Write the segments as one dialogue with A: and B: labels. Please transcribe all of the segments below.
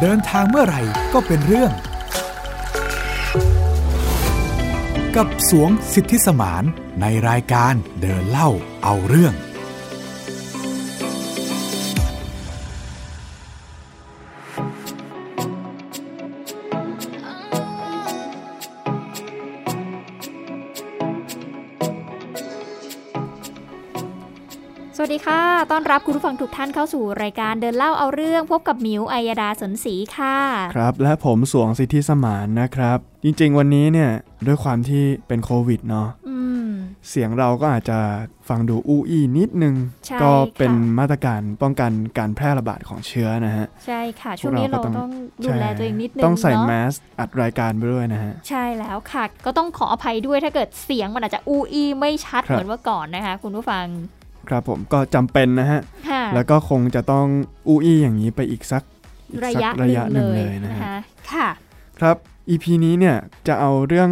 A: เดินทางเมื่อไหร่ก็เป็นเรื่อง กับสวงสิทธิสมานในรายการเดินเล่าเอาเรื่อง
B: สวัสดีค่ะ ต้อนรับคุณผู้ฟังทุกท่านเข้าสู่รายการเดินเล่าเอาเรื่อง พบกับหมิวอัยดาสนศรีค่ะ
C: ครับและผมสวงสิทธิสมานนะครับ จริงๆ วันนี้เนี่ยด้วยความที่เป็นโควิดเนาะ
B: อืม
C: เสียงเราก็อาจจะฟังดูอู้อี้นิดนึง
B: ใช่
C: ก็
B: ค่ะ
C: เป็นมาตรการป้องกันการแพร่ระบาดของเชื้อนะฮะ
B: ใช่ค่ะ
C: พ
B: ช่
C: ว
B: วง
C: กเรา
B: นี้
C: ก็
B: เรา
C: ต้อง
B: ต้องดูแลตัวเองนิดนึง
C: ต้องใส่แม
B: เนาะ
C: สอัดรายการไปด้วยนะฮะ
B: ใช่แล้วค่ะ ก็ต้องขออภัยด้วยถ้าเกิดเสียงมันอาจจะอูอีไม่ชัด
C: ครับ
B: เหมือนเมื่อก่อนนะคะ คุณผู้ฟัง
C: ครับผมก็จำเป็นนะฮะ
B: ค่ะ
C: แล้วก็คงจะต้องอู้อี้อย่างนี้ไปอีกสักอีก
B: ระ
C: สัก
B: ยะห
C: ระ
B: นึ่
C: ยะ
B: ง
C: ห
B: เล
C: นึ่ง
B: ย
C: เลยนะ
B: นะคะ
C: ฮะ
B: ค่ะ
C: ครับ EP นี้เนี่ยจะเอาเรื่อง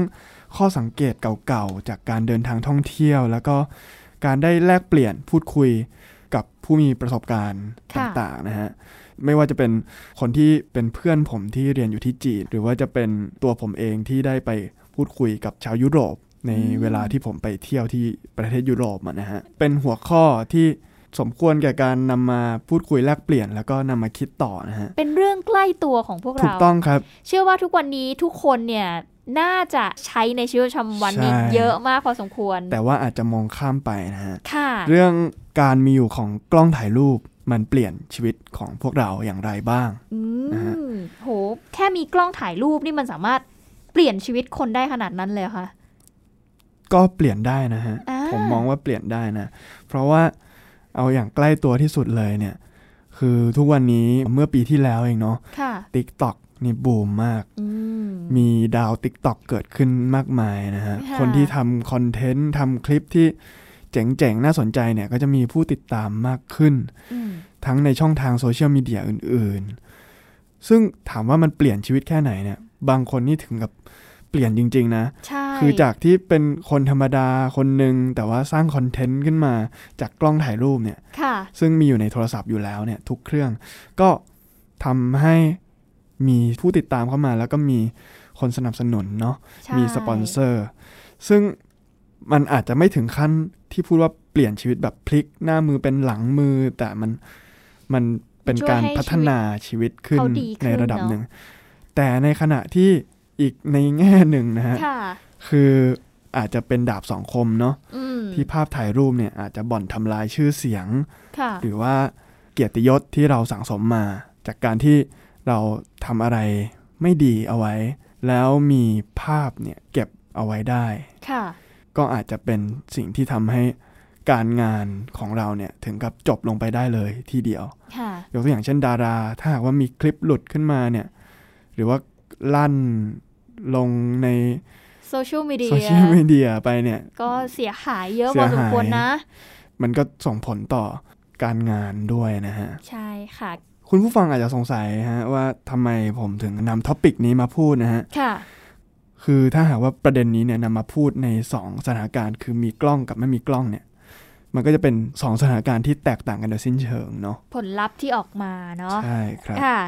C: ข้อสังเกตเก่าๆ จากการเดินทางท่องเที่ยว แล้วก็การได้แลกเปลี่ยนพูดคุยกับผู้มีประสบการณ์ต
B: ค่ะ
C: ่างๆนะฮะไม่ว่าจะเป็นคนที่เป็นเพื่อนผมที่เรียนอยู่ที่จีน หรือว่าจะเป็นตัวผมเองที่ได้ไปพูดคุยกับชาวยุโรป ในเวลาที่ผมไปเที่ยวที่ประเทศยุโรปอะนะฮะเป็นหัวข้อที่สมควรแก่การนำมาพูดคุยแลกเปลี่ยน แล้วก็นำมาคิดต่อนะฮะ
B: เป็นเรื่องใกล้ตัวของพวก
C: ถูก
B: เรา
C: ต้องครับ
B: เชื่อว่าทุกวันนี้ทุกคนเนี่ยน่าจะใช้ในชีวิตประจำวันนี้
C: ใช่
B: เยอะมากพอสมควร
C: แต่ว่าอาจจะมองข้ามไปนะฮะ
B: ค่ะ
C: เรื่องการมีอยู่ของกล้องถ่ายรูปมันเปลี่ยนชีวิตของพวกเราอย่างไรบ้าง
B: อื
C: นะฮะ
B: มโห แค่มีกล้องถ่ายรูปนี่มันสามารถเปลี่ยนชีวิตคนได้ขนาดนั้นเลยเหรอค่ะ
C: ก็เปลี่ยนได้นะฮะ
B: อ่า
C: ผมมองว่าเปลี่ยนได้นะ เพราะว่าเอาอย่างใกล้ตัวที่สุดเลยเนี่ย คือทุกวันนี้เมื่อปีที่แล้วเองเนาะ
B: ค่ะ
C: TikTok นี่บูมมาก
B: อืม
C: มีดาว TikTok เกิดขึ้นมากมายนะฮะ
B: ค่ะ
C: คนที่ทำคอนเทนต์ทำคลิปที่เจ๋งๆ น่าสนใจเนี่ย ก็จะมีผู้ติดตามมากขึ้น
B: อืม
C: ทั้งในช่องทางโซเชียลมีเดียอื่นๆ ซึ่งถามว่ามันเปลี่ยนชีวิตแค่ไหนเนี่ย บางคนนี่ถึงกับเปลี่ยนจริง ๆ นะ
B: ใช่
C: คือจากที่เป็นคนธรรมดาคนหนึ่งแต่ว่าสร้างคอนเทนต์ขึ้นมาจากกล้องถ่ายรูปเนี่ย
B: ค่ะ
C: ซึ่งมีอยู่ในโทรศัพท์อยู่แล้วเนี่ยทุกเครื่อง ก็ทำให้มีผู้ติดตามเข้ามา แล้วก็มีคนสนับสนุนเนาะ
B: ใช่
C: มีสปอนเซอร์ ซึ่งมันอาจจะไม่ถึงขั้นที่พูดว่าเปลี่ยนชีวิตแบบพลิกหน้ามือเป็นหลังมือ แต่มันมันเป็นการพัฒนาชีวิตขึ้นในระดับหนึ่ง แต่ในขณะที่อีกในแง่หนึ่งนะฮะ
B: ค่ะ
C: คืออาจจะเป็นดาบสองคมเนาะ
B: อืม
C: ที่ภาพถ่ายรูปเนี่ยอาจจะบ่อนทำลายชื่อเสียง
B: ค่ะ
C: หรือว่าเกียรติยศที่เราสั่งสมมา จากการที่เราทำอะไรไม่ดีเอาไว้ แล้วมีภาพเนี่ยเก็บเอาไว้ได้
B: ค่ะ
C: ก็อาจจะเป็นสิ่งที่ทำให้การงานของเราเนี่ยถึงกับจบลงไปได้เลยทีเดียว
B: ค่ะ
C: ยกตัวอย่างเช่นดารา ถ้าหากว่ามีคลิปหลุดขึ้นมาเนี่ยหรือว่าลั่นลงใน
B: โซเชียลมีเดี
C: โซเชียล มีเดียไปเนี่ย
B: ก็เสียหายเยอะ
C: เสี
B: พอย
C: หาย
B: สมควรนะ
C: มันก็ส่งผลต่อการงานด้วยนะฮะ
B: ใช่ค่ะ
C: คุณผู้ฟังอาจจะสงสัยฮะว่าทำไมผมถึงนำท็อปิกนี้มาพูดนะฮะ
B: ค่ะ
C: คือถ้าหากว่าประเด็นนี้เนี่ยนำมาพูดใน 2 สถานการณ์ คือมีกล้องกับไม่มีกล้องเนี่ย มันก็จะเป็น 2 สถานการณ์ที่แตกต่างกันโดยสิ้นเชิงเนาะ
B: ผลลัพธ์ที่ออกมาเนาะ
C: ใช่ครับ
B: ค่ะ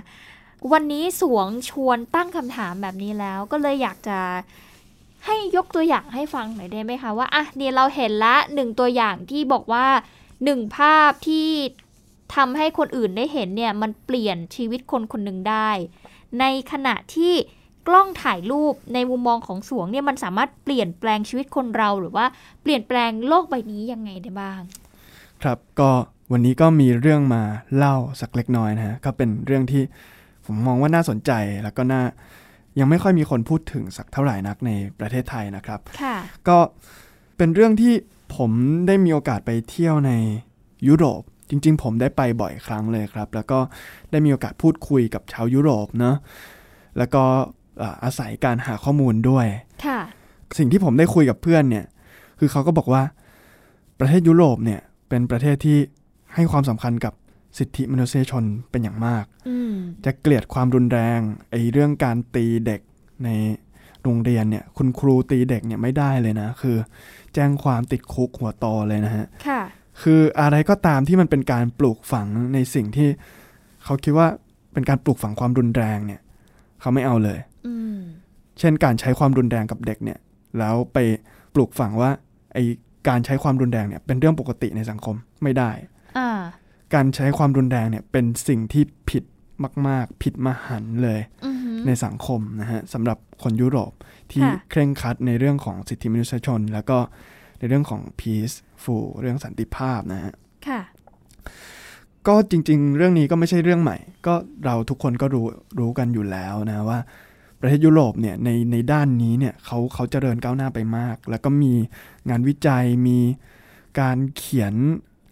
B: วันนี้สวงชวนตั้งคำถามแบบนี้แล้ว ก็เลยอยากจะให้ยกตัวอย่างให้ฟังหน่อยได้ไหมคะว่าอ่ะเนี่ยเราเห็นละหนึ่งตัวอย่างที่บอกว่าหนึ่งภาพที่ทำให้คนอื่นได้เห็นเนี่ย มันเปลี่ยนชีวิตคนคนหนึ่งได้ ในขณะที่กล้องถ่ายรูปในมุมมองของสวงเนี่ยมันสามารถเปลี่ยนแปลงชีวิตคนเราหรือว่าเปลี่ยนแปลงโลกใบนี้ยังไงได้บ้าง
C: ครับก็วันนี้ก็มีเรื่องมาเล่าสักเล็กน้อยนะฮะก็เป็นเรื่องที่ผมมองว่าน่าสนใจแล้วก็น่ายังไม่ค่อยมีคนพูดถึงสักเท่าไหร่นักในประเทศไทยนะครับ
B: ค่ะ
C: ก็เป็นเรื่องที่ผมได้มีโอกาสไปเที่ยวในยุโรป จริง ๆ ผมได้ไปบ่อยครั้งเลยครับ แล้วก็ได้มีโอกาสพูดคุยกับชาวยุโรปเนอะแล้วก็เอ่ออาศัยการหาข้อมูลด้วย
B: ค่ะ
C: สิ่งที่ผมได้คุยกับเพื่อนเนี่ย คือเขาก็บอกว่าประเทศยุโรปเนี่ยเป็นประเทศที่ให้ความสำคัญกับสิทธิมนุษยชนเป็นอย่างมาก
B: อืม
C: จะเกลียดความรุนแรงไอ้เรื่องการตีเด็กในโรงเรียนเนี่ย คุณครูตีเด็กเนี่ยไม่ได้เลยนะ คือ แจ้งความติดคุกหัวโตเลยนะฮะ
B: ค่ะ
C: คืออะไรก็ตามที่มันเป็นการปลูกฝังในสิ่งที่เขาคิดว่า เป็นการปลูกฝังความรุนแรงเนี่ยเขาไม่เอาเลย
B: อืม
C: เช่นการใช้ความรุนแรงกับเด็กเนี่ยแล้วไปปลูกฝังว่าไอการใช้ความรุนแรงเนี่ยเป็นเรื่องปกติในสังคมไม่ได้
B: อ่า
C: การใช้ความรุนแรงเนี่ยเป็นสิ่งที่ผิดมาก ๆ ผิดมหันต์เลย
B: อือหือ
C: ในสังคมนะฮะสำหรับคนยุโรปที่
B: ค่ะ
C: เคร่งครัดในเรื่องของสิทธิมนุษยชน แล้วก็ในเรื่องของ peace ฟูเรื่องสันติภาพนะฮะ
B: ค่ะ
C: ก็จริง ๆ เรื่องนี้ก็ไม่ใช่เรื่องใหม่ ก็เราทุกคนก็รู้รู้กันอยู่แล้วนะว่า ประเทศยุโรปเนี่ยในในด้านนี้เนี่ยเขาเขาเจริญก้าวหน้าไปมาก แล้วก็มีงานวิจัยมีการเขียน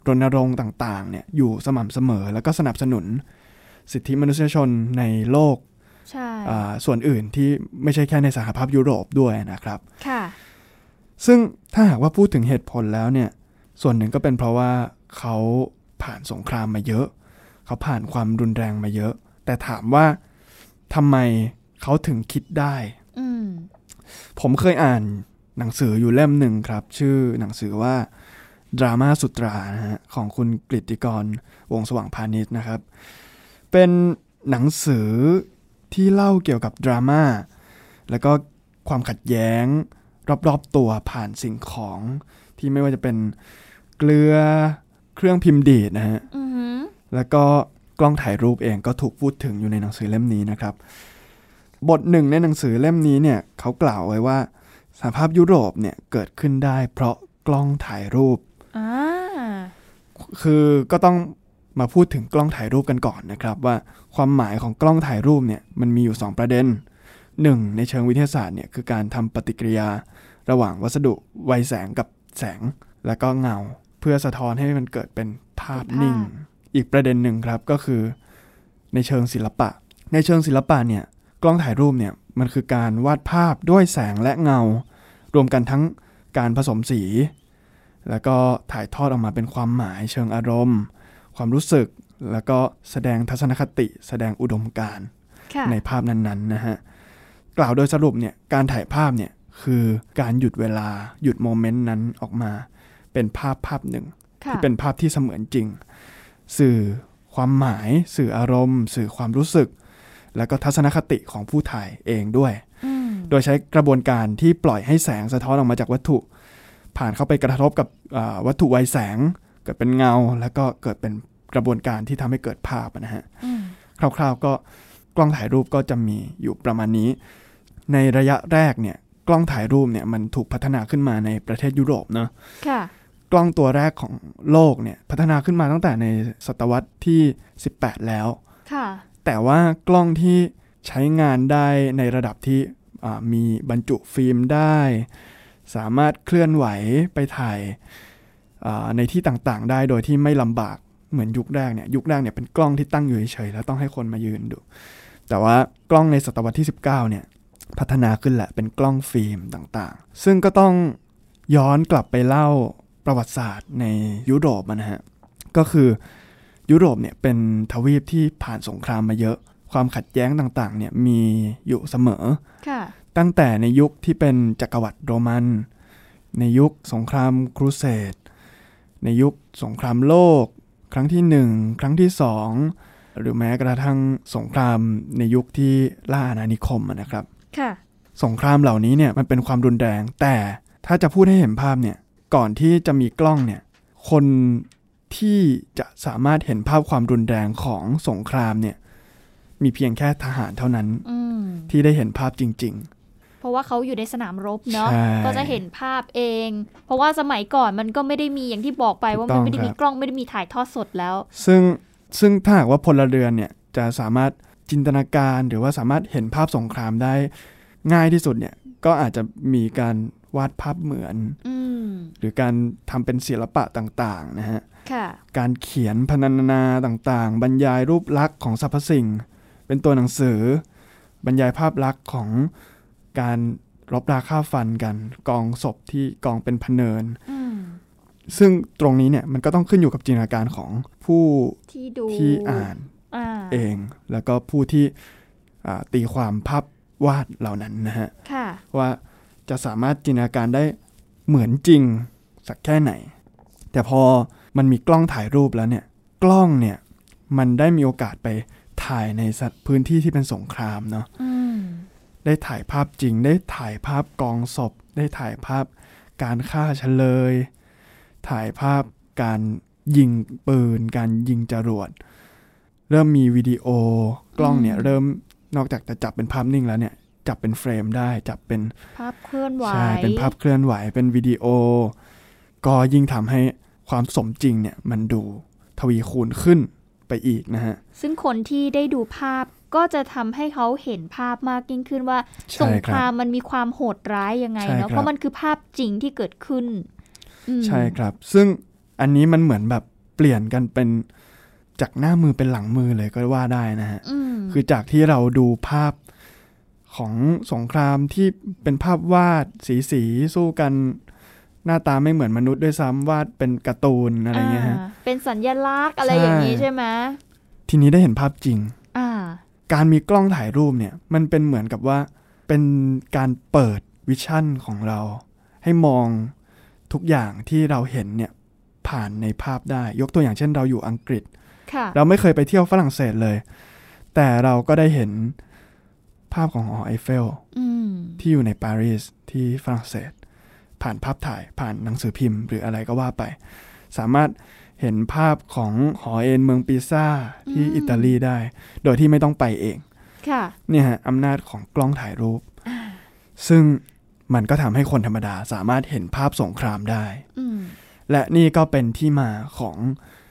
C: รณรงค์ต่างๆเนี่ยอยู่สม่ำเสมอ แล้วก็สนับสนุนสิทธิมนุษยชนในโลก
B: ใช่
C: อ่าส่วนอื่นที่ไม่ใช่แค่ในสหภาพยุโรปด้วยนะครับ
B: ค่ะ
C: ซึ่งถ้าหากว่าพูดถึงเหตุผลแล้วเนี่ย ส่วนหนึ่งก็เป็นเพราะว่าเขาผ่านสงครามมาเยอะ เขาผ่านความรุนแรงมาเยอะ แต่ถามว่าทำไมเขาถึงคิดได้
B: อืม
C: ผมเคยอ่านหนังสืออยู่เล่มหนึ่งครับ ชื่อหนังสือว่าดราม่าสุตรานะฮะของคุณกฤติกรวงศ์สว่างพาณิชย์นะครับ เป็นหนังสือที่เล่าเกี่ยวกับดราม่าแล้วก็ความขัดแย้ง รอบๆตัวผ่านสิ่งของที่ไม่ว่าจะเป็นเกลือเครื่องพิมพ์ดีดนะฮะ
B: อือหือ
C: แล้วก็กล้องถ่ายรูปเองก็ถูกพูดถึงอยู่ในหนังสือเล่มนี้นะครับ บทหนึ่งในหนังสือเล่มนี้เนี่ยเขากล่าวไว้ว่าสหภาพยุโรปเนี่ยเกิดขึ้นได้เพราะกล้องถ่ายรูป
B: อ่า
C: คือก็ต้องมาพูดถึงกล้องถ่ายรูปกันก่อนนะครับ ว่าความหมายของกล้องถ่ายรูปเนี่ยมันมีอยู่ 2 ประเด็น 1. ในเชิงวิทยาศาสตร์เนี่ยคือการทำปฏิกิริยา ระหว่างวัสดุไวแสงกับแสง แล้วก็เงา เพื่อสะท้อนให้มันเกิดเป็นภาพ
B: เป็นภาพ
C: นิ่ง อีกประเด็นหนึ่งครับก็คือ ในเชิงศิลปะ ในเชิงศิลปะเนี่ยกล้องถ่ายรูปเนี่ยมันคือการวาดภาพด้วยแสงและเงา รวมกันทั้งการผสมสี แล้วก็ถ่ายทอดออกมาเป็นความหมายเชิงอารมณ์ ความรู้สึก แล้วก็แสดงทัศนคติ แสดงอุดมการณ์
B: ค่ะ
C: ในภาพนั้นๆนะฮะ กล่าวโดยสรุปเนี่ยการถ่ายภาพเนี่ยคือการหยุดเวลาหยุดโมเมนต์นั้นออกมา เป็นภาพภาพหนึ่ง
B: ค่ะ
C: ที่เป็นภาพที่เสมือนจริง สื่อความหมาย สื่ออารมณ์ สื่อความรู้สึก แล้วก็ทัศนคติของผู้ถ่ายเองด้วย
B: อืม
C: โดยใช้กระบวนการที่ปล่อยให้แสงสะท้อนออกมาจากวัตถุ ผ่านเข้าไปกระทบกับอ่าวัตถุไวแสง เกิดเป็นเงา แล้วก็เกิดเป็นกระบวนการที่ทำให้เกิดภาพนะฮะ
B: อืม
C: คร่าวๆก็กล้องถ่ายรูปก็จะมีอยู่ประมาณนี้ ในระยะแรกเนี่ยกล้องถ่ายรูปเนี่ยมันถูกพัฒนาขึ้นมาในประเทศยุโรปเนอะ
B: ค่ะ
C: กล้องตัวแรกของโลกเนี่ยพัฒนาขึ้นมาตั้งแต่ในศตวรรษที่ 18 แล้ว
B: ค่ะ
C: แต่ว่ากล้องที่ใช้งานได้ในระดับที่อ่ามีบรรจุฟิล์มได้ สามารถเคลื่อนไหวไปถ่ายอ่าในที่ต่างๆ ได้โดยที่ไม่ลำบากเหมือนยุคแรกเนี่ยยุคแรกเนี่ยเป็นกล้องที่ตั้งอยู่เฉยๆแล้วต้องให้คนมายืนดู แต่ว่ากล้องในศตวรรษที่ 19เนี่ยพัฒนาขึ้นแหละเป็นกล้องฟิล์มต่างๆ ซึ่งก็ต้องย้อนกลับไปเล่าประวัติศาสตร์ในยุโรปอะนะฮะก็คือ ยุโรปเนี่ยเป็นทวีปที่ผ่านสงครามมาเยอะ ความขัดแย้งต่างๆเนี่ยมีอยู่เสมอ
B: ค่ะ
C: ตั้งแต่ในยุคที่เป็นจักรวรรดิโรมัน ในยุคสงครามครูเสด ในยุคสงครามโลก ครั้งที่หนึ่งครั้งที่สองหรือแม้กระทั่งสงครามในยุคที่ล่าอาณานิคมอะนะครับ
B: ค่ะ
C: สงครามเหล่านี้เนี่ยมันเป็นความรุนแรง แต่ถ้าจะพูดให้เห็นภาพเนี่ยก่อนที่จะมีกล้องเนี่ยคนที่จะสามารถเห็นภาพความรุนแรงของสงครามเนี่ยมีเพียงแค่ทหารเท่านั้น
B: อืม
C: ที่ได้เห็นภาพจริง
B: เพราะว่าเขาอยู่ในสนามรบเนาะ
C: ใช่
B: ก็จะเห็นภาพเอง เพราะว่าสมัยก่อนมันก็ไม่ได้มีอย่างที่บอกไปว่ามันไม่ได้
C: ถูกต้อง
B: มีกล้องไม่ได้มีถ่ายทอดสดแล้ว
C: ๆ ซึ่งซึ่งถ้าหากว่าพลเรือนเนี่ยจะสามารถจินตนาการหรือว่าสามารถเห็นภาพสงครามได้ง่ายที่สุดเนี่ยก็อาจจะมีการวาดภาพเหมือน
B: อืม
C: หรือการทำเป็นศิลปะต่างๆนะฮะ
B: ค่ะ
C: การเขียนพรรณนาต่างๆ บรรยายรูปลักษณ์ของสรรพสิ่ง เป็นตัวหนังสือ บรรยายภาพลักษณ์ของการรบราฆ่าฟันกัน กองศพที่กองเป็นพะเนิน
B: อืม
C: ซึ่งตรงนี้เนี่ยมันก็ต้องขึ้นอยู่กับจินตนาการของผู้
B: ที่ดู
C: ที่อ่าน
B: อ่า
C: เอง แล้วก็ผู้ที่อ่าตีความภาพวาดเหล่านั้นนะฮะ
B: ค่ะ
C: ว่าจะสามารถจินตนาการได้เหมือนจริงสักแค่ไหน แต่พอมันมีกล้องถ่ายรูปแล้วเนี่ย กล้องเนี่ย มันได้มีโอกาสไป ถ่ายในสถพื้นที่ที่เป็นสงครามเนาะ
B: อืม
C: ได้ถ่ายภาพจริง ได้ถ่ายภาพกองศพ ได้ถ่ายภาพการฆ่าเฉลย ถ่ายภาพการยิงปืน การยิงจรวด เริ่มมีวิดีโอกล้องเนี่ยเริ่มนอกจากจะจับเป็นภาพนิ่งแล้วเนี่ยจับเป็นเฟรมได้จับเป็น
B: ภาพเคลื่อนไหว
C: ใช่ เป็นภาพเคลื่อนไหว เป็นวิดีโอ ก็ยิ่งทำให้ความสมจริงเนี่ยมันดูทวีคูณขึ้นไปอีกนะฮะ
B: ซึ่งคนที่ได้ดูภาพก็จะทำให้เขาเห็นภาพมากยิ่งขึ้นว่า
C: ใช่
B: สง
C: ค
B: ครับ รามมันมีความโหดร้ายยังไง
C: ใช่ครั
B: เนาะ
C: บ
B: เพราะมันคือภาพจริงที่เกิดขึ้นอืม
C: ใช่ครับ ซึ่งอันนี้มันเหมือนแบบเปลี่ยนกันเป็นจากหน้ามือเป็นหลังมือเลยก็ว่าได้นะฮะ
B: อืม
C: คือจากที่เราดูภาพของสงครามที่เป็นภาพวาดสีสีๆสู้กัน หน้าตาไม่เหมือนมนุษย์ด้วยซ้ำวาดเป็นการ์ตูนอะไรเงี้ย
B: า
C: ฮะ
B: เป็นสัญลักษณ์อะไรอย่างนี้
C: ใช่
B: ใช่ไหม
C: ทีนี้ได้เห็นภาพจริง
B: อ่า
C: การมีกล้องถ่ายรูปเนี่ยมันเป็นเหมือนกับว่าเป็นการเปิดวิชั่นของเรา ให้มองทุกอย่างที่เราเห็นเนี่ยผ่านในภาพได้ ยกตัวอย่างเช่นเราอยู่อังกฤษ
B: ค่ะ
C: เราไม่เคยไปเที่ยวฝรั่งเศสเลย แต่เราก็ได้เห็นภาพของหอไอเฟล
B: อืม
C: ที่อยู่ในปารีสที่ฝรั่งเศส ผ่านภาพถ่ายผ่านหนังสือพิมพ์ หรืออะไรก็ว่าไป สามารถเห็นภาพของหอเอ็นเมืองปิซาที่
B: อืม
C: อิตาลีได้ โดยที่ไม่ต้องไปเอง
B: ค่ะ
C: เนี่ยฮะอำนาจของกล้องถ่ายรูป ซึ่งมันก็ทำให้คนธรรมดาสามารถเห็นภาพสงครามได้
B: อืม
C: และนี่ก็เป็นที่มาของ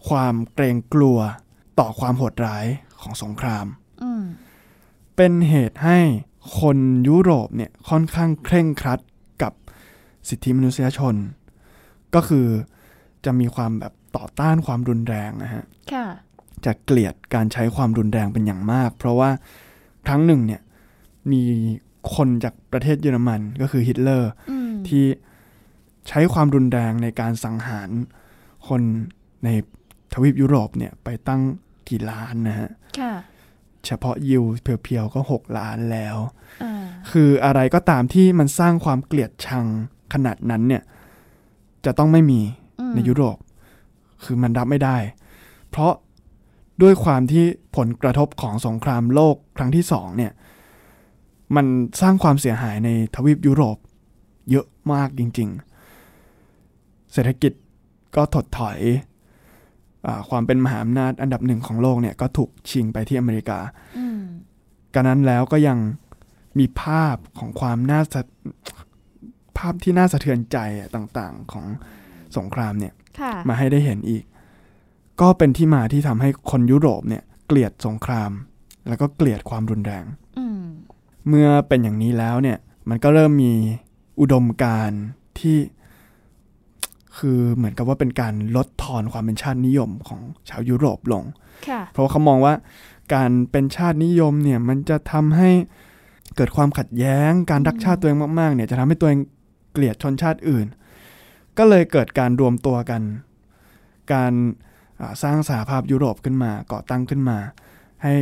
C: ความเกรงกลัวต่อความโหดร้ายของสงคราม
B: อืม
C: เป็นเหตุให้คนยุโรปเนี่ยค่อนข้างเคร่งครัดกับสิทธิมนุษยชน ก็คือจะมีความแบบต่อต้านความรุนแรงนะฮะ
B: ค่ะ
C: จะเกลียดการใช้ความรุนแรงเป็นอย่างมาก เพราะว่าครั้งหนึ่งเนี่ยมีคนจากประเทศเยอรมันก็คือฮิตเลอร์
B: อืม
C: ที่ใช้ความรุนแรงในการสังหารคนในทวีปยุโรปเนี่ยไปตั้งกี่ล้านนะฮะ
B: ค่ะ
C: เฉพาะยิวเพียวๆก็ 6 ล้านแล้ว
B: อ่า
C: คืออะไรก็ตามที่มันสร้างความเกลียดชังขนาดนั้นเนี่ยจะต้องไม่มี
B: อืม
C: ในยุโรป คือมันรับไม่ได้ เพราะด้วยความที่ผลกระทบของสงครามโลกครั้งที่สองเนี่ยมันสร้างความเสียหายในทวีปยุโรป เยอะมากจริง ๆ เศรษฐกิจก็ถดถอยอาความเป็นมหาอำนาจอันดับหนึ่งของโลกเนี่ยก็ถูกชิงไปที่อเมริกา
B: อืม
C: กันนั้นแล้วก็ยังมีภาพของความน่าสะภาพที่น่าสะเทือนใจอะต่างๆของสงครามเนี่ย
B: ค่ะ
C: มาให้ได้เห็นอีก ก็เป็นที่มาที่ทำให้คนยุโรปเนี่ยเกลียดสงคราม แล้วก็เกลียดความรุนแรง
B: อืม
C: เมื่อเป็นอย่างนี้แล้วเนี่ยมันก็เริ่มมีอุดมการณ์ที่ คือเหมือนกับว่าเป็นการลดทอนความเป็นชาตินิยมของชาวยุโรปลง
B: ค่ะ
C: เพราะว่าเขามองว่าการเป็นชาตินิยมเนี่ยมันจะทำให้เกิดความขัดแย้ง การรักชาติตัวเองมากๆเนี่ยจะทำให้ตัวเองเกลียดชนชาติอื่น ก็เลยเกิดการรวมตัวกัน การอ่าสร้างสหภาพยุโรปขึ้นมาก่อตั้งขึ้นมา ให้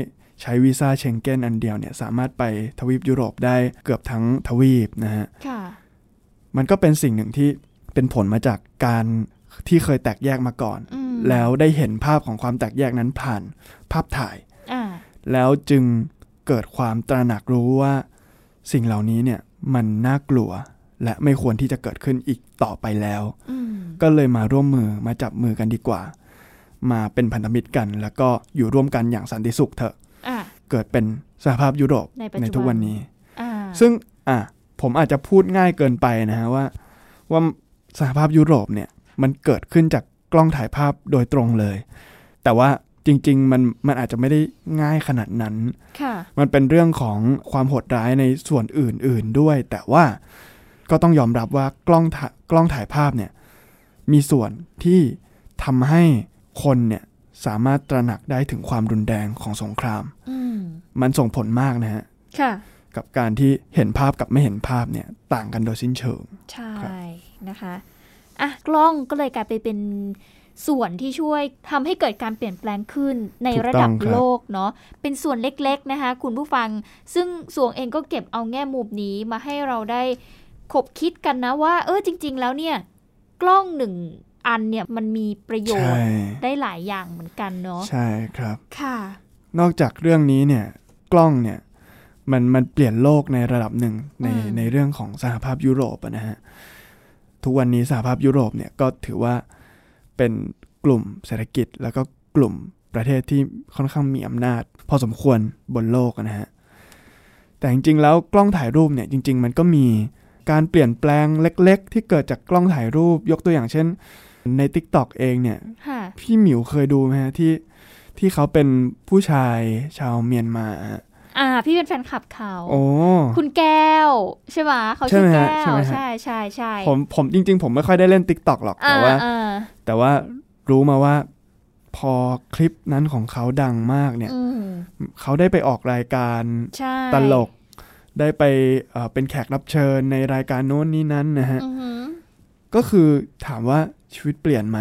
C: ใช้วีซ่าเชงเก้นอันเดียวเนี่ยสามารถไปทวีปยุโรปได้เกือบทั้งทวีปนะฮะ
B: ค่ะ
C: มันก็เป็นสิ่งหนึ่งที่เป็นผลมาจากการที่เคยแตกแยกมาก่อน
B: อืม
C: แล้วได้เห็นภาพของความแตกแยกนั้นผ่านภาพถ่าย
B: อ่า
C: แล้วจึงเกิดความตระหนักรู้ว่าสิ่งเหล่านี้เนี่ยมันน่ากลัว และไม่ควรที่จะเกิดขึ้นอีกต่อไปแล้ว
B: อืม
C: ก็เลยมาร่วมมือมาจับมือกันดีกว่า มาเป็นพันธมิตรกัน แล้วก็อยู่ร่วมกันอย่างสันติสุขเถอะ
B: อ่า
C: เกิดเป็นสหภาพยุโรป
B: ในปัจจุบัน
C: ทุกวันนี้
B: อ่า
C: ซึ่งอ่ะผมอาจจะพูดง่ายเกินไปนะฮะว่า ว่าสหภาพยุโรปเนี่ยมันเกิดขึ้นจากกล้องถ่ายภาพโดยตรงเลย แต่ว่าจริง ๆ มันมันอาจจะไม่ได้ง่ายขนาดนั้น
B: ค่ะ
C: มันเป็นเรื่องของความโหดร้ายในส่วนอื่น ๆด้วย แต่ว่าก็ต้องยอมรับว่ากล้องถ่ากล้องถ่ายภาพเนี่ยมีส่วนที่ทำให้คนเนี่ยสามารถตระหนักได้ถึงความรุนแรงของสงคราม
B: อืม
C: มันส่งผลมากนะฮะ
B: ค่ะ
C: กับการที่เห็นภาพกับไม่เห็นภาพเนี่ยต่างกันโดยสิ้นเชิง
B: ใช่
C: ครับ
B: นะคะ อ่ะ กล้องก็เลยกลายไปเป็นส่วนที่ช่วยทำให้เกิดการเปลี่ยนแปลงขึ้นในระดับโลกเนาะ เป็นส่วนเล็กๆนะคะ คุณผู้ฟัง ซึ่งสวงเองก็เก็บเอาแง่มุมนี้มาให้เราได้ขบคิดกันนะว่า เออจริง ๆ แล้วเนี่ย กล้องหนึ่งอันเนี่ยมันมีประโยช
C: ใช่
B: น์ได้หลายอย่างเหมือนกันเนาะ
C: ใช่ครับ
B: ค่ะ
C: นอกจากเรื่องนี้เนี่ยกล้องเนี่ยมันมันเปลี่ยนโลกในระดับหนึ่งใน
B: อืม
C: ในเรื่องของสหภาพยุโรปอะนะฮะทุกวันนี้สหภาพยุโรปเนี่ยก็ถือว่าเป็นกลุ่มเศรษฐกิจแล้วก็กลุ่มประเทศที่ค่อนข้างมีอำนาจ พอสมควรบนโลกอะนะฮะแต่จริงๆแล้วกล้องถ่ายรูปเนี่ยจริง ๆ มันก็มีการเปลี่ยนแปลงเล็ก ๆ ที่เกิดจากกล้องถ่ายรูปยกตัวอย่างเช่น ใน TikTok เองเนี่ย
B: ค่ะ
C: พี่หมิวเคยดูไหมฮะที่ที่เขาเป็นผู้ชายชาวเมียนมาฮะ
B: อ่า พี่เป็นแฟนคลับเขา
C: โอ้
B: คุณแก้ว ใช่ไหมเขาชื่อ
C: ใช่ไหม
B: แก้
C: ฮะใช่
B: ว
C: ไหมฮะ
B: ใช่ใช่ใช่
C: ผมผมจริง ๆ ผมไม่ค่อยได้เล่น t ิ k t o k หรอก
B: อ่า
C: แต่ว่า
B: อ่า
C: แต่ว่ารู้มาว่าพอคลิปนั้นของเขาดังมากเนี่ย
B: อืม
C: เขาได้ไปออกรายการ
B: ใช่
C: ตลก ได้ไปเอ่อเป็นแขกรับเชิญในรายการโน้นนี้นั้นนะฮะ
B: อือหือ
C: ก็คือถามว่าชีวิตเปลี่ยนไหม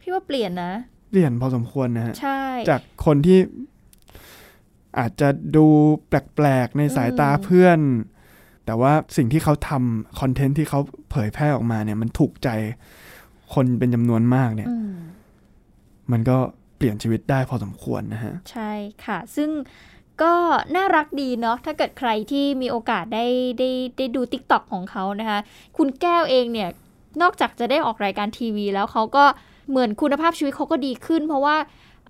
B: พี่ว่าเปลี่ยนนะ
C: เปลี่ยนพอสมควรนะฮะ
B: ใช่
C: จากคนที่อาจจะดูแปลกๆ ในสายตา
B: อืม
C: เพื่อน แต่ว่าสิ่งที่เขาทำคอนเทนต์ที่เขาเผยแพร่ออกมาเนี่ย มันถูกใจคนเป็นจำนวนมากเนี่ย
B: อืม
C: มันก็เปลี่ยนชีวิตได้พอสมควรนะฮะ
B: ใช่ค่ะ ซึ่งก็น่ารักดีเนาะถ้าเกิดใครที่มีโอกาสได้ได้ได้ดู t ิ k t o k ของเขานะคะ คุณแก้วเองเนี่ย นอกจากจะได้ออกรายการทีวี แล้วเขาก็เหมือนคุณภาพชีวิตเขาก็ดีขึ้น เพราะว่า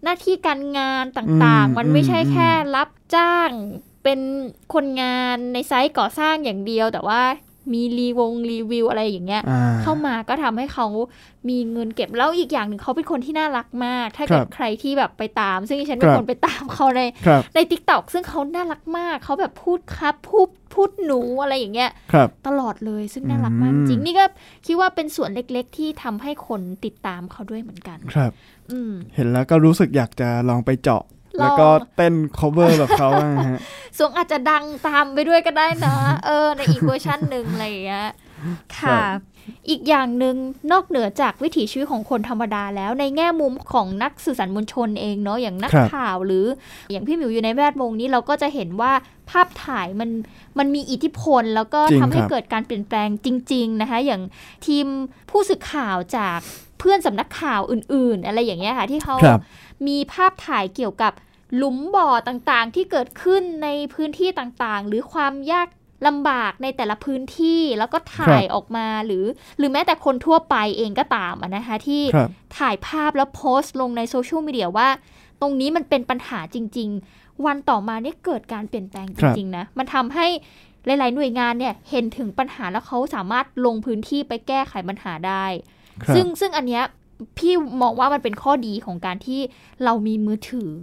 B: หน้าที่การงานต่าง
C: อืม
B: ๆ มันไม่ใช่
C: อืม
B: แค่รับจ้างเป็นคนงานในไซต์ก่อสร้างอย่างเดียว แต่ว่ามีรีวงรีวิวอะไรอย่างเงี้ย
C: อ่า
B: เข้ามาก็ทำให้เขามีเงินเก็บแล้วอีกอย่างหนึ่งเขาเป็นคนที่น่ารักมาก ถ้าเกิ
C: ค
B: ด
C: รับ
B: ใครที่แบบไปตาม ซึ่งดิฉันเป็
C: ครั
B: น
C: บ
B: คนไปตามเขาใน
C: ครับ
B: ในทิกตอกซึ่งเขาน่ารักมาก เขาแบบพูดครับพูดพูดหนูอะไรอย่างเงี้ย
C: ครับ
B: ตลอดเลยซึ่ง
C: อืม
B: น่ารักมากจริงนี่ก็คิดว่าเป็นส่วนเล็กๆ ที่ทำให้คนติดตามเขาด้วยเหมือนกัน
C: ครับ
B: อืม
C: เห็นแล้วก็รู้สึกอยากจะลองไปเจาะ
B: ลอง
C: แล้วก็เต้น cover แบบเขาบ้างนะฮะ
B: สวงอาจจะดังตามไปด้วยก็ได้นะ เออ ในอีกเวอร์ชันหนึ่งอะไรอย่างเงี้ยค่ะ
C: ครับ
B: อีกอย่างหนึ่งนอกเหนือจากวิถีชีวิตของคนธรรมดาแล้วในแง่มุมของนักสื่อสารมวลชนเองเนาะอย่างนัก
C: ครับ
B: ข่าวหรือ อย่างพี่หมิวอยู่ในแวดวงนี้เราก็จะเห็นว่าภาพถ่ายมันมันมีอิทธิพล แล้วก็
C: จริง
B: ทำให้
C: ครับ
B: เกิดการเปลี่ยนแปลงจริง ๆ นะคะ อย่างทีมผู้สื่อข่าวจากเพื่อนสำนักข่าวอื่น ๆ อะไรอย่างเงี้ยค่ะที่เขา
C: ครับ
B: มีภาพถ่ายเกี่ยวกับหลุมบ่อต่างๆ ที่เกิดขึ้นในพื้นที่ต่างๆ หรือความยากลำบากในแต่ละพื้นที่แล้วก็ถ่ายออกมาหรือ หรือแม้แต่คนทั่วไปเองก็ตามอะนะคะ ที่
C: ครับ
B: ถ่ายภาพแล้วโพสต์ลงในโซเชียลมีเดียว่า ตรงนี้มันเป็นปัญหาจริง ๆ วันต่อมาเนี่ยเกิดการเปลี่ยนแปลงจ
C: ครับ
B: ริงๆนะมันทำให้หลาย ๆ หน่วยงานเนี่ยเห็นถึงปัญหาแล้วเขาสามารถลงพื้นที่ไปแก้ไขปัญหาได้
C: ครับ
B: ซึ่งซึ่งอันเนี้ยพี่มองว่ามันเป็นข้อดีของการที่เรามีมือถือ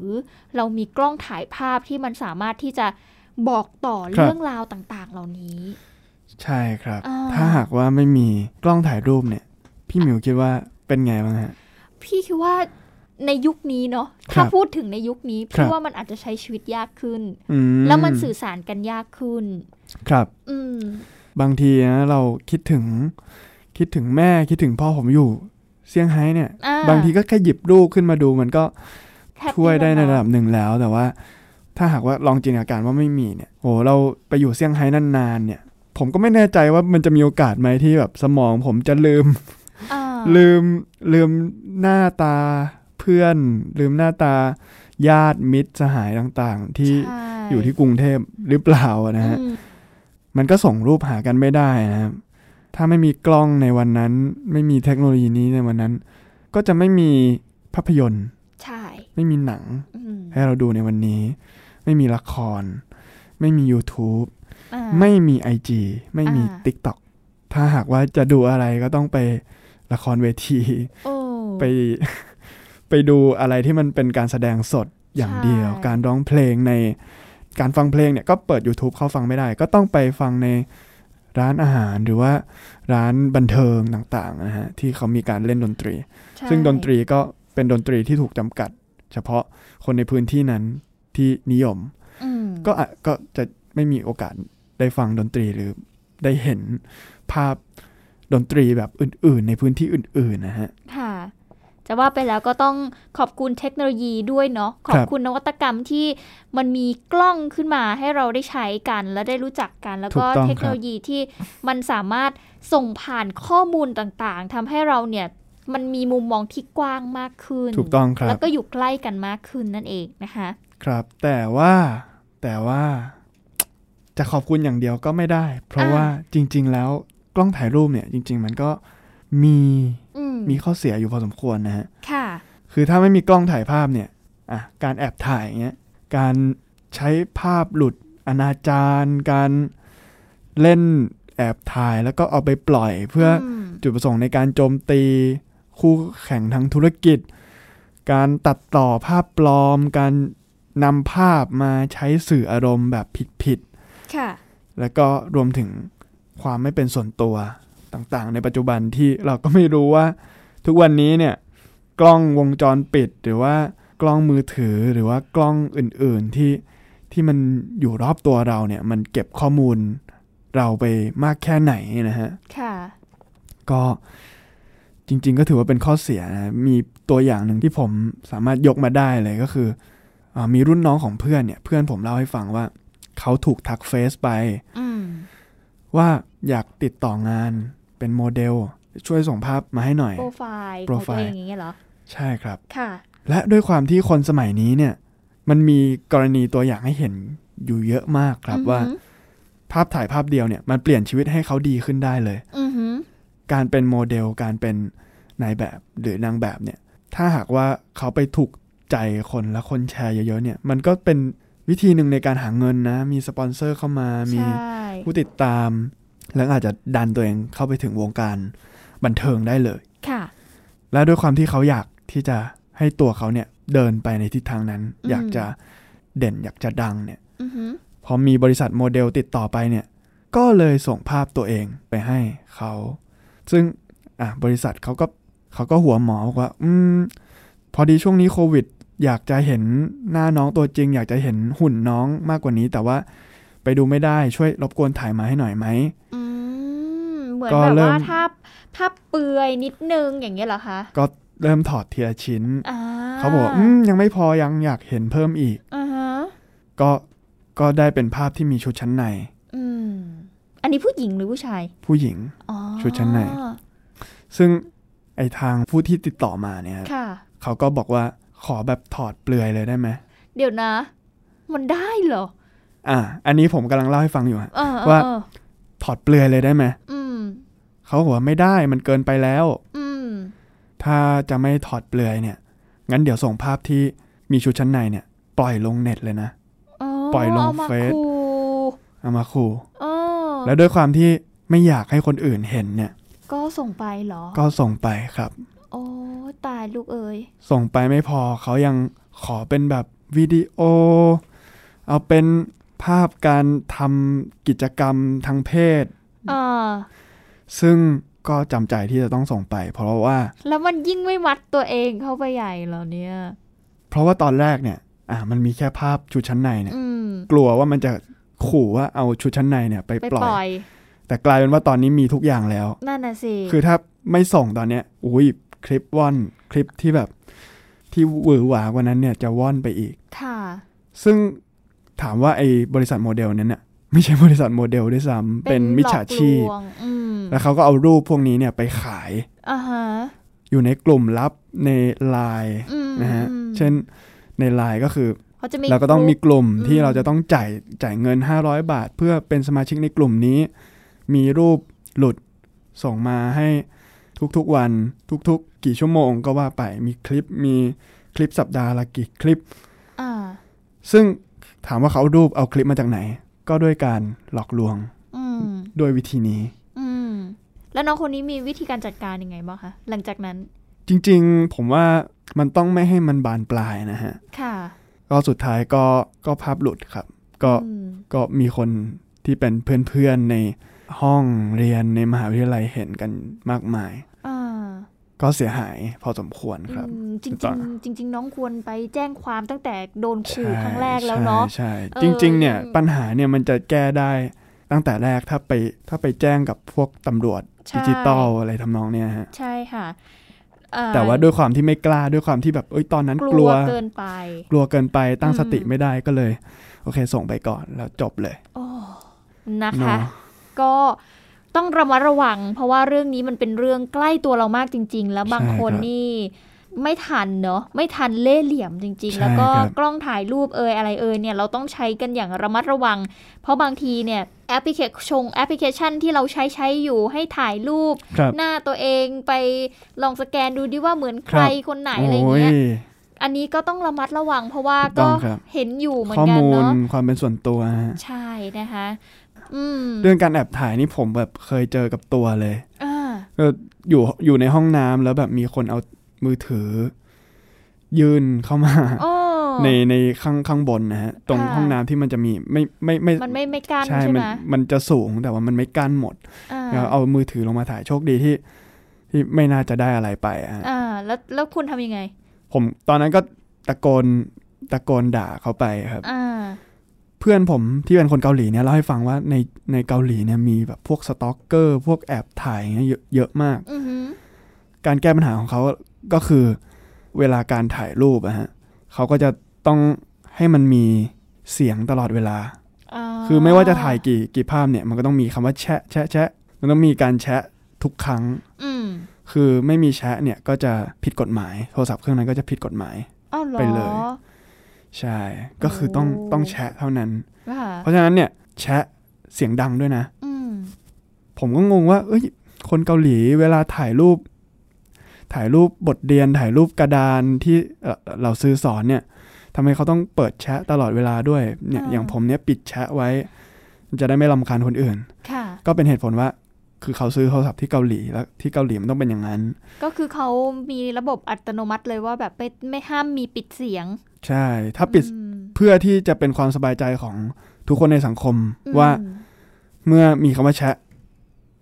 B: เรามีกล้องถ่ายภาพที่มันสามารถที่จะบอกต่อ
C: ครับ
B: เรื่องราวต่างๆ เหล่านี้
C: ใช่ครับ
B: อ่า
C: ถ้าหากว่าไม่มีกล้องถ่ายรูปเนี่ย พี่หมิวคิดว่าเป็นไงบ้างฮะ
B: พี่คิดว่าในยุคนี้เนาะ
C: ครั
B: ถ้า
C: บ
B: พูดถึงในยุคนี้
C: ครั
B: พี่
C: บ
B: ว่ามันอาจจะใช้ชีวิตยากขึ้น
C: อื
B: แล้วมันสื่อสารกันยากขึ้น
C: ครับ
B: อืม
C: บางทีนะเราคิดถึงคิดถึงแม่คิดถึงพ่อผมอยู่เซี่ยงไฮ้เนี่ย
B: อ่า
C: บางทีก็แค่หยิบรูปขึ้นมาดูมันก็
B: แฮปปี้
C: ช่วยได้ใน
B: แล้วเนอะ
C: ระดับหนึ่งแล้ว แต่ว่า ถ้าหากว่าลองจินตนาการว่าไม่มีเนี่ยโอ้เราไปอยู่เซี่ยงไฮ้นานๆเนี่ย ผมก็ไม่แน่ใจว่ามันจะมีโอกาสไหมที่แบบสมองผมจะลืม
B: อ่า
C: ลืมลืมหน้าตาเพื่อน ลืมหน้าตาญาติมิตรสหายต่างๆ ที่
B: ใช่
C: อยู่ที่กรุงเทพหรือเปล่าอะนะฮะ
B: อืม
C: มันก็ส่งรูปหากันไม่ได้นะครับ ถ้าไม่มีกล้องในวันนั้น ไม่มีเทคโนโลยีนี้ในวันนั้น ก็จะไม่มีภาพยนตร์
B: ใช่
C: ไม่มีหนัง
B: อืม
C: ให้เราดูในวันนี้ ไม่มีละคร ไม่มี YouTube
B: อ่า
C: ไม่มี IG ไม่มี
B: อ่า
C: TikTok ถ้าหากว่าจะดูอะไรก็ต้องไปละครเวที
B: โอ้
C: ไป ไปดูอะไรที่มันเป็นการแสดงสดอย่างเดียว
B: ใช่
C: การร้องเพลงในการฟังเพลงเนี่ยก็เปิด YouTube เข้าฟังไม่ได้ ก็ต้องไปฟังในร้านอาหารหรือว่าร้านบันเทิงต่างๆนะฮะที่เขามีการเล่นดนตรี
B: ใช่
C: ซึ่งดนตรีก็เป็นดนตรีที่ถูกจำกัด เฉพาะคนในพื้นที่นั้นที่นิยม
B: อืม
C: ก็อ่ะก็จะไม่มีโอกาสได้ฟังดนตรีหรือได้เห็นภาพดนตรีแบบอื่น ๆ ในพื้นที่อื่นๆนะฮะ
B: ค่ะ จะว่าไปแล้วก็ต้องขอบคุณเทคโนโลยีด้วยเนาะ ขอบคุณนวัตกรรมที่มันมีกล้องขึ้นมาให้เราได้ใช้กัน และได้รู้จักกัน แล้วก็
C: ถูกต้องครับ
B: เทคโนโลยีที่มันสามารถส่งผ่านข้อมูลต่างๆทำให้เราเนี่ย มันมีมุมมองที่กว้างมากขึ้น
C: ถูกต้องครั
B: แล้
C: บ
B: วก็อยู่ใกล้กันมากขึ้นนั่นเองนะคะ
C: ครับ แต่ว่าแต่ว่าจะขอบคุณอย่างเดียวก็ไม่ได้ เพราะ
B: อ่า
C: ว่าจริง ๆ แล้วกล้องถ่ายรูปเนี่ยจริง ๆ มันก็มี
B: อืม
C: มีข้อเสียอยู่พอสมควรนะฮะ
B: ค่ะ
C: คือถ้าไม่มีกล้องถ่ายภาพเนี่ย อ่ะ การแอบถ่ายอย่างเงี้ย การใช้ภาพหลุดอนาจารการเล่นแอบถ่ายแล้วก็เอาไปปล่อยเพื่ออ
B: ม
C: จุดประสงค์ในการโจมตี คู่แข่งทางธุรกิจ การตัดต่อภาพปลอม การนำภาพมาใช้สื่ออารมณ์แบบผิด
B: ค่ะ
C: ๆ แล้วก็รวมถึงความไม่เป็นส่วนตัวต่างๆ ในปัจจุบันที่เราก็ไม่รู้ว่า ทุกวันนี้เนี่ย กล้องวงจรปิดหรือว่ากล้องมือถือหรือว่ากล้องอื่นๆที่ที่มันอยู่รอบตัวเราเนี่ย มันเก็บข้อมูลเราไปมากแค่ไหนนะฮะ
B: ค่ะ
C: ก็จริง ๆ ก็ถือว่าเป็นข้อเสียนะมีตัวอย่างหนึ่งที่ผมสามารถยกมาได้เลยก็คืออามีรุ่นน้องของเพื่อนเนี่ย เพื่อนผมเล่าให้ฟังว่า เขาถูกทักเฟซไป
B: อืม
C: ว่าอยากติดต่องานเป็นโมเดล ช่วยส่งภาพมาให้หน่อย
B: โปรไฟล์
C: โปร
B: ของ
C: ไฟ
B: ตัว
C: ล์
B: เองอย่างเงี้ยเหรอ
C: ใช่ครับ
B: ค่ะ
C: และด้วยความที่คนสมัยนี้เนี่ย มันมีกรณีตัวอย่างให้เห็นอยู่เยอะมากครับว่าภาพถ่ายภาพเดียวเนี่ยมันเปลี่ยนชีวิตให้เขาดีขึ้นได้เลย
B: อือหือ
C: การเป็นโมเดลการเป็นนายแบบหรือนางแบบเนี่ย ถ้าหากว่าเขาไปถูกใจคนและคนแชร์เยอะๆเนี่ย มันก็เป็นวิธีหนึ่งในการหาเงินนะ มีสปอนเซอร์เข้ามา
B: อือหือ
C: มี
B: ใช่
C: ผู้ติดตาม แล้วอาจจะดันตัวเองเข้าไปถึงวงการบันเทิงได้เลย
B: ค่ะ
C: และด้วยความที่เขาอยากที่จะให้ตัวเขาเนี่ยเดินไปในทิศทางนั้น
B: อืม
C: อยากจะเด่นอยากจะดังเนี่ย
B: อือหือ
C: พอมีบริษัทโมเดลติดต่อไปเนี่ย ก็เลยส่งภาพตัวเองไปให้เขา ซึ่งอ่ะบริษัทเขาก็เขาก็หัวหมอบอกว่า อืม พอดีช่วงนี้โควิด อยากจะเห็นหน้าน้องตัวจริง อยากจะเห็นหุ่นน้องมากกว่านี้ แต่ว่าไปดูไม่ได้ช่วยรบกวนถ่ายมาให้หน่อยไหม
B: อืมเหมือน
C: ก็
B: แบบ
C: เริ่ม
B: ว่าถ้าภาพเปลือยนิดนึงอย่างเงี้ยเหรอคะ
C: ก็เริ่มถอดทีละชิ้น
B: อ่า
C: เขาบอกว่าอืมยังไม่พอยังอยากเห็นเพิ่มอีก
B: อ่าฮะ
C: ก็ก็ได้เป็นภาพที่มีชุดชั้นใน
B: อืม อันนี้ผู้หญิงหรือผู้ชาย
C: ผู้หญิง
B: อ๋อ
C: ชุดชั้นใน ซึ่งไอทางผู้ที่ติดต่อมาเนี่ย
B: ค่ะ
C: เขาก็บอกว่าขอแบบถอดเปลือยเลยได้ไหม
B: เดี๋ยวนะ มันได้เหรอ
C: อ่า อันนี้ผมกำลังเล่าให้ฟังอยู่ฮะ
B: เออเออ
C: ว่า
B: เออ
C: ถอดเปลือยเลยได้ไหม
B: อืม
C: เขาบอกว่าไม่ได้มันเกินไปแล้ว
B: อืม
C: ถ้าจะไม่ถอดเปลือยเนี่ย งั้นเดี๋ยวส่งภาพที่มีชุดชั้นในเนี่ย ปล่อยลงเน็ตเลยนะ ปล่อยลง
B: ามา
C: เฟซ
B: ขู่
C: เอามาขู่
B: เออ
C: แล้วด้วยความที่ไม่อยากให้คนอื่นเห็นเนี่ย
B: ก็ส่งไปเหรอ
C: ก็ส่งไปครับ
B: โอ้ตายลูกเอ๋ย
C: ส่งไปไม่พอเขายังขอเป็นแบบวิดีโอ เอาเป็นภาพการทำกิจกรรมทางเพศ
B: อ่า
C: ซึ่งก็จำใจที่จะต้องส่งไป เพราะว่า
B: แล้วมันยิ่งไม่มัดตัวเองเข้าไปใหญ่เหรอเนี่ย
C: เพราะว่าตอนแรกเนี่ย อ่ะมันมีแค่ภาพชุดชั้นในเนี่ย
B: อืม
C: กลัวว่ามันจะขู่ว่าเอาชุดชั้นในเนี่ยไป
B: ไป
C: ปล่อ
B: ป
C: ย
B: ล่อย
C: แต่กลายเป็นว่าตอนนี้มีทุกอย่างแล้ว
B: นั่นน่ะสิ
C: คือถ้าไม่ส่งตอนเนี้ยอุ้ยคลิปว่อนคลิปที่แบบที่หวือหวากว่านั้นเนี่ยจะว่อนไปอีก
B: ค่ะ
C: ซึ่งถามว่าไอ้บริษัทโมเดลนั้นน่ะไม่ใช่บริษัทโมเดลด้วยซ้ำเป็นมิจฉาชีพ
B: เป็นหลอกลวงอืม
C: แล้วเขาก็เอารูปพวกนี้เนี่ยไปขาย
B: อ่าฮะ
C: อยู่ในกลุ่มลับในไลน์
B: อืม
C: นะฮะ
B: อืม
C: เช่นในไลน์ก็คือ
B: เขาจะมี
C: เราก็ต้องมีกลุ่ม
B: อืม
C: ที่เราจะต้องจ่ายจ่ายเงิน 500 บาท เพื่อเป็นสมาชิกในกลุ่มนี้ มีรูปหลุดส่งมาให้ทุกๆวัน ทุกๆ กี่ชั่วโมงก็ว่าไปมีคลิปมีคลิปสัปดาห์ละกี่คลิป
B: อ่า
C: ซึ่งถามว่าเขาเอารูปเอาคลิปมาจากไหน ก็ด้วยการหลอกลวง
B: อืม
C: ด้วยวิธีนี้
B: อืม แล้วน้องคนนี้มีวิธีการจัดการยังไงบ้างคะ หลังจากนั้น
C: จริงๆ ผมว่ามันต้องไม่ให้มันบานปลายนะฮะ
B: ค่ะ
C: ก็สุดท้ายก็ก็ภาพหลุดครับ ก็
B: อืม
C: ก็มีคนที่เป็นเพื่อนๆในห้องเรียนในมหาวิทยาลัยเห็นกันมากมาย
B: อ่า
C: ก็เสียหายพอสมควรครับ
B: อืมจ
C: ถูก
B: ริ
C: ต้อง ง
B: ๆจริง ๆ น้องควรไปแจ้งความตั้งแต่โดนขู่
C: ใช่
B: ครั้งแรกแล้วเนาะ
C: ใช่ใช่
B: เออ
C: จริง ๆ เนี่ย
B: อืม
C: ปัญหาเนี่ยมันจะแก้ได้ตั้งแต่แรกถ้าไปถ้าไปแจ้งกับพวกตำรวจ
B: ใช่
C: ดิจิตอลอะไรทำนองเนี่ยฮะ
B: ใช่ค่ะเอ่อ
C: แต่ว่าด้วยความที่ไม่กล้าด้วยความที่แบบเอ้ยตอนนั้น
B: ก
C: ก
B: ลั
C: ลั
B: ว
C: ว
B: เกินไป
C: กลัวเกินไปตั้งสติ
B: อืม
C: ไม่ได้ก็เลย โอเคส่งไปก่อนแล้วจบเลย
B: โอ้นะ
C: เน
B: คะ
C: อะ
B: ก็ ต้องระมัดระวัง เพราะว่าเรื่องนี้มันเป็นเรื่องใกล้ตัวเรามากจริง ๆ แล้วบางคน
C: ใช่ครับ
B: นี่ไม่ทันเนาะไม่ทันเล่ห์เหลี่ยมจริง ๆ
C: ใช่
B: แล้วก็
C: ครับ
B: กล้องถ่ายรูปเอยอะไรเอยเนี่ยเราต้องใช้กันอย่างระมัดระวัง เพราะบางทีเนี่ยแอปพลิเคชงแอปพลิเคชันที่เราใช้ใช้อยู่ให้ถ่ายรูป
C: ครับ
B: หน้าตัวเองไปลองสแกนดูดิว่าเหมือนใครคนไหนอะไร
C: โอ้ย
B: เงี้ย อันนี้ก็ต้องระมัดระวัง เพราะว่า
C: ต้
B: ก็
C: องครับ
B: เห็นอยู่เหมือ
C: ข้อน
B: กัน
C: มูล
B: เนาะ
C: ความเป็นส่วนตัวฮะ
B: ใช่นะคะ อืม
C: เรื่องการแอบถ่ายนี่ผมแบบเคยเจอกับตัวเลย
B: อ่า
C: ก็อยู่อยู่ในห้องน้ำแล้วแบบมีคนเอามือถือ ยื่นเข้ามา
B: โอ้
C: ในในข้างข้างบนนะฮะ ตรง
B: อ่า
C: ห้องน้ำที่มันจะมีไม่ไม่ไม่
B: มันไม่ไม่กั้น
C: ใช่
B: ใช่
C: มั
B: ไหม
C: มันจะสูงแต่ว่ามันไม่กั้นหมด
B: อ่า
C: แล้วเอามือถือลงมาถ่ายโชคดีที่ ที่ไม่น่าจะได้อะไรไปอะฮะ
B: อ่า แล้วแล้วคุณทำยังไง
C: ผมตอนนั้นก็ตะโกนตะโกนด่าเขาไปครับ
B: อ่า
C: เพื่อนผมที่เป็นคนเกาหลีเนี่ยเล่าให้ฟังว่าในในเกาหลีเนี่ยมีแบบพวกสต็อกเกอร์ พวกแอบถ่ายอย่างเงี้ยเยอะเยอะมาก
B: อือหือ
C: การแก้ปัญหาของเขาก็คือเวลาการถ่ายรูปอะฮะเขาก็จะต้องให้มันมีเสียงตลอดเวลา
B: า
C: คือไม่ว่าจะถ่ายกี่กี่ภาพเนี่ยมันก็ต้องมีคำว่าแชะแชะแชะมันต้องมีการแชะทุกครั้ง
B: อืม
C: คือไม่มีแชะเนี่ยก็จะผิดกฎหมาย โทรศัพท์เครื่องนั้นก็จะผิดกฎหมาย
B: อ้าวเหรอ
C: ไปเลย ใช่ ก็คือต้อง
B: โอ้
C: ต้องแชะเท่านั้น
B: ค่ะ
C: เพราะฉะนั้นเนี่ยแชะเสียงดังด้วยนะ
B: อืม
C: ผมก็งงว่า เอ้ย คนเกาหลีเวลาถ่ายรูป ถ่ายรูปบทเรียน ถ่ายรูปกระดานที่เอ่อเราซื้อสอนเนี่ยทำไมเขาต้องเปิดแชะตลอดเวลาด้วยเนี่ยอย่างผมเนี่ยปิดแชะไว้ จะได้ไม่รำคาญคนอื่น
B: ค่ะ
C: ก็เป็นเหตุผลว่า คือเขาซื้อโทรศัพท์ที่เกาหลีแล้วที่เกาหลีมันต้องเป็นอย่างนั้น
B: ก็คือเขามีระบบอัตโนมัติเลยว่าแบบไม่ไม่ห้ามมีปิดเสียง
C: ใช่ ถ้าปิด
B: อืม
C: เพื่อที่จะเป็นความสบายใจของทุกคนในสังคม
B: อืม
C: ว่าเมื่อมีคำว่าแชะ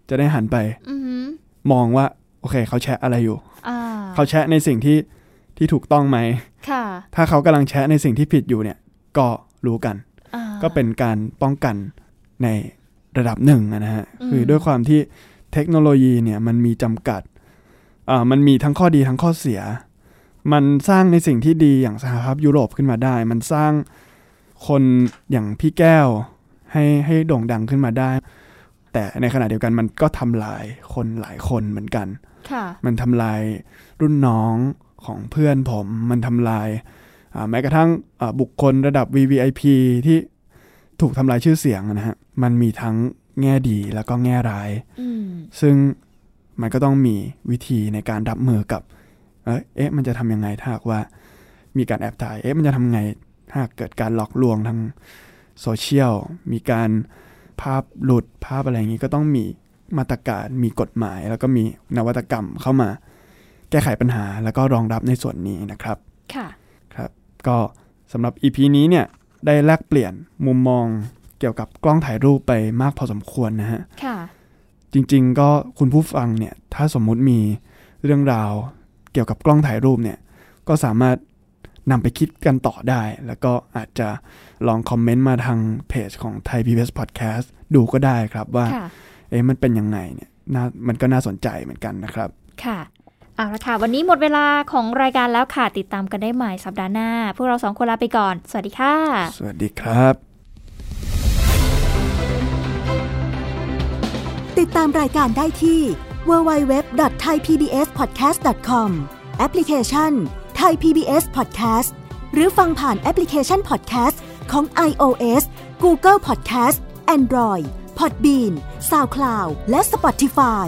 C: จะได้หันไป
B: อือหือ
C: มองว่า โอเค เขาแชะอะไรอยู่
B: อ่า
C: เขาแชะในสิ่งที่ที่ถูกต้องไหม
B: ค่ะ
C: ถ้าเขากำลังแชะในสิ่งที่ผิดอยู่เนี่ย ก็รู้กัน
B: อ่า
C: ก็เป็นการป้องกันในระดับหนึ่งอะนะฮะ
B: อืม
C: คือด้วยความที่เทคโนโลยีเนี่ยมันมีจำกัดอ่ามันมีทั้งข้อดีทั้งข้อเสีย มันสร้างในสิ่งที่ดีอย่างสหภาพยุโรปขึ้นมาได้ มันสร้างคนอย่างพี่แก้วให้ให้โด่งดังขึ้นมาได้ แต่ในขณะเดียวกันมันก็ทำลายคนหลายคนเหมือนกัน
B: ค่ะ
C: มันทำลายรุ่นน้องของเพื่อนผม มันทำลายอ่าแม้กระทั่งอ่าบุคคลระดับ VVIP ที่ถูกทำลายชื่อเสียงอะนะฮะ มันมีทั้งแง่ดีแล้วก็แง่ร้าย
B: อืม
C: ซึ่งมันก็ต้องมีวิธีในการรับมือกับ เอ๊ะเอ๊ะมันจะทำยังไงถ้าหากว่ามีการแอบถ่าย เอ๊ะมันจะทำไงถ้าหากเกิดการหลอกลวงทางโซเชียล มีการภาพหลุดภาพอะไรอย่างนี้ก็ต้องมีมาตรการ มีกฎหมาย แล้วก็มีนวัตกรรมเข้ามา แก้ไขปัญหาแล้วก็รองรับในส่วนนี้นะครับ
B: ค่ะ
C: ก็สำหรับ EP นี้เนี่ยได้แลกเปลี่ยนมุมมองเกี่ยวกับกล้องถ่ายรูปไปมากพอสมควรนะฮะ
B: ค่ะ
C: จริงๆ ก็คุณผู้ฟังเนี่ย ถ้าสมมุติมีเรื่องราวเกี่ยวกับกล้องถ่ายรูปเนี่ย ก็สามารถนำไปคิดกันต่อได้ แล้วก็อาจจะลองคอมเมนต์มาทางเพจของ Thai PBS Podcast ดูก็ได้ครับว่า
B: ค่ะ
C: เอ๊ะมันเป็นยังไงเนี่ยน่ามันก็น่าสนใจเหมือนกันนะครับ
B: ค่ะเอาละค่ะ วันนี้หมดเวลาของรายการแล้วค่ะ ติดตามกันได้ใหม่สัปดาห์หน้า พวกเราสองคนลาไปก่อน สวัสดีค่ะ
C: สวัสดีครับ
D: ติดตามรายการได้ที่ www.thaipbspodcast.com แอปพลิเคชัน Thai PBS Podcast หรือฟังผ่านแอปพลิเคชัน Podcast ของ iOS Google Podcast Android Podbean SoundCloud และ Spotify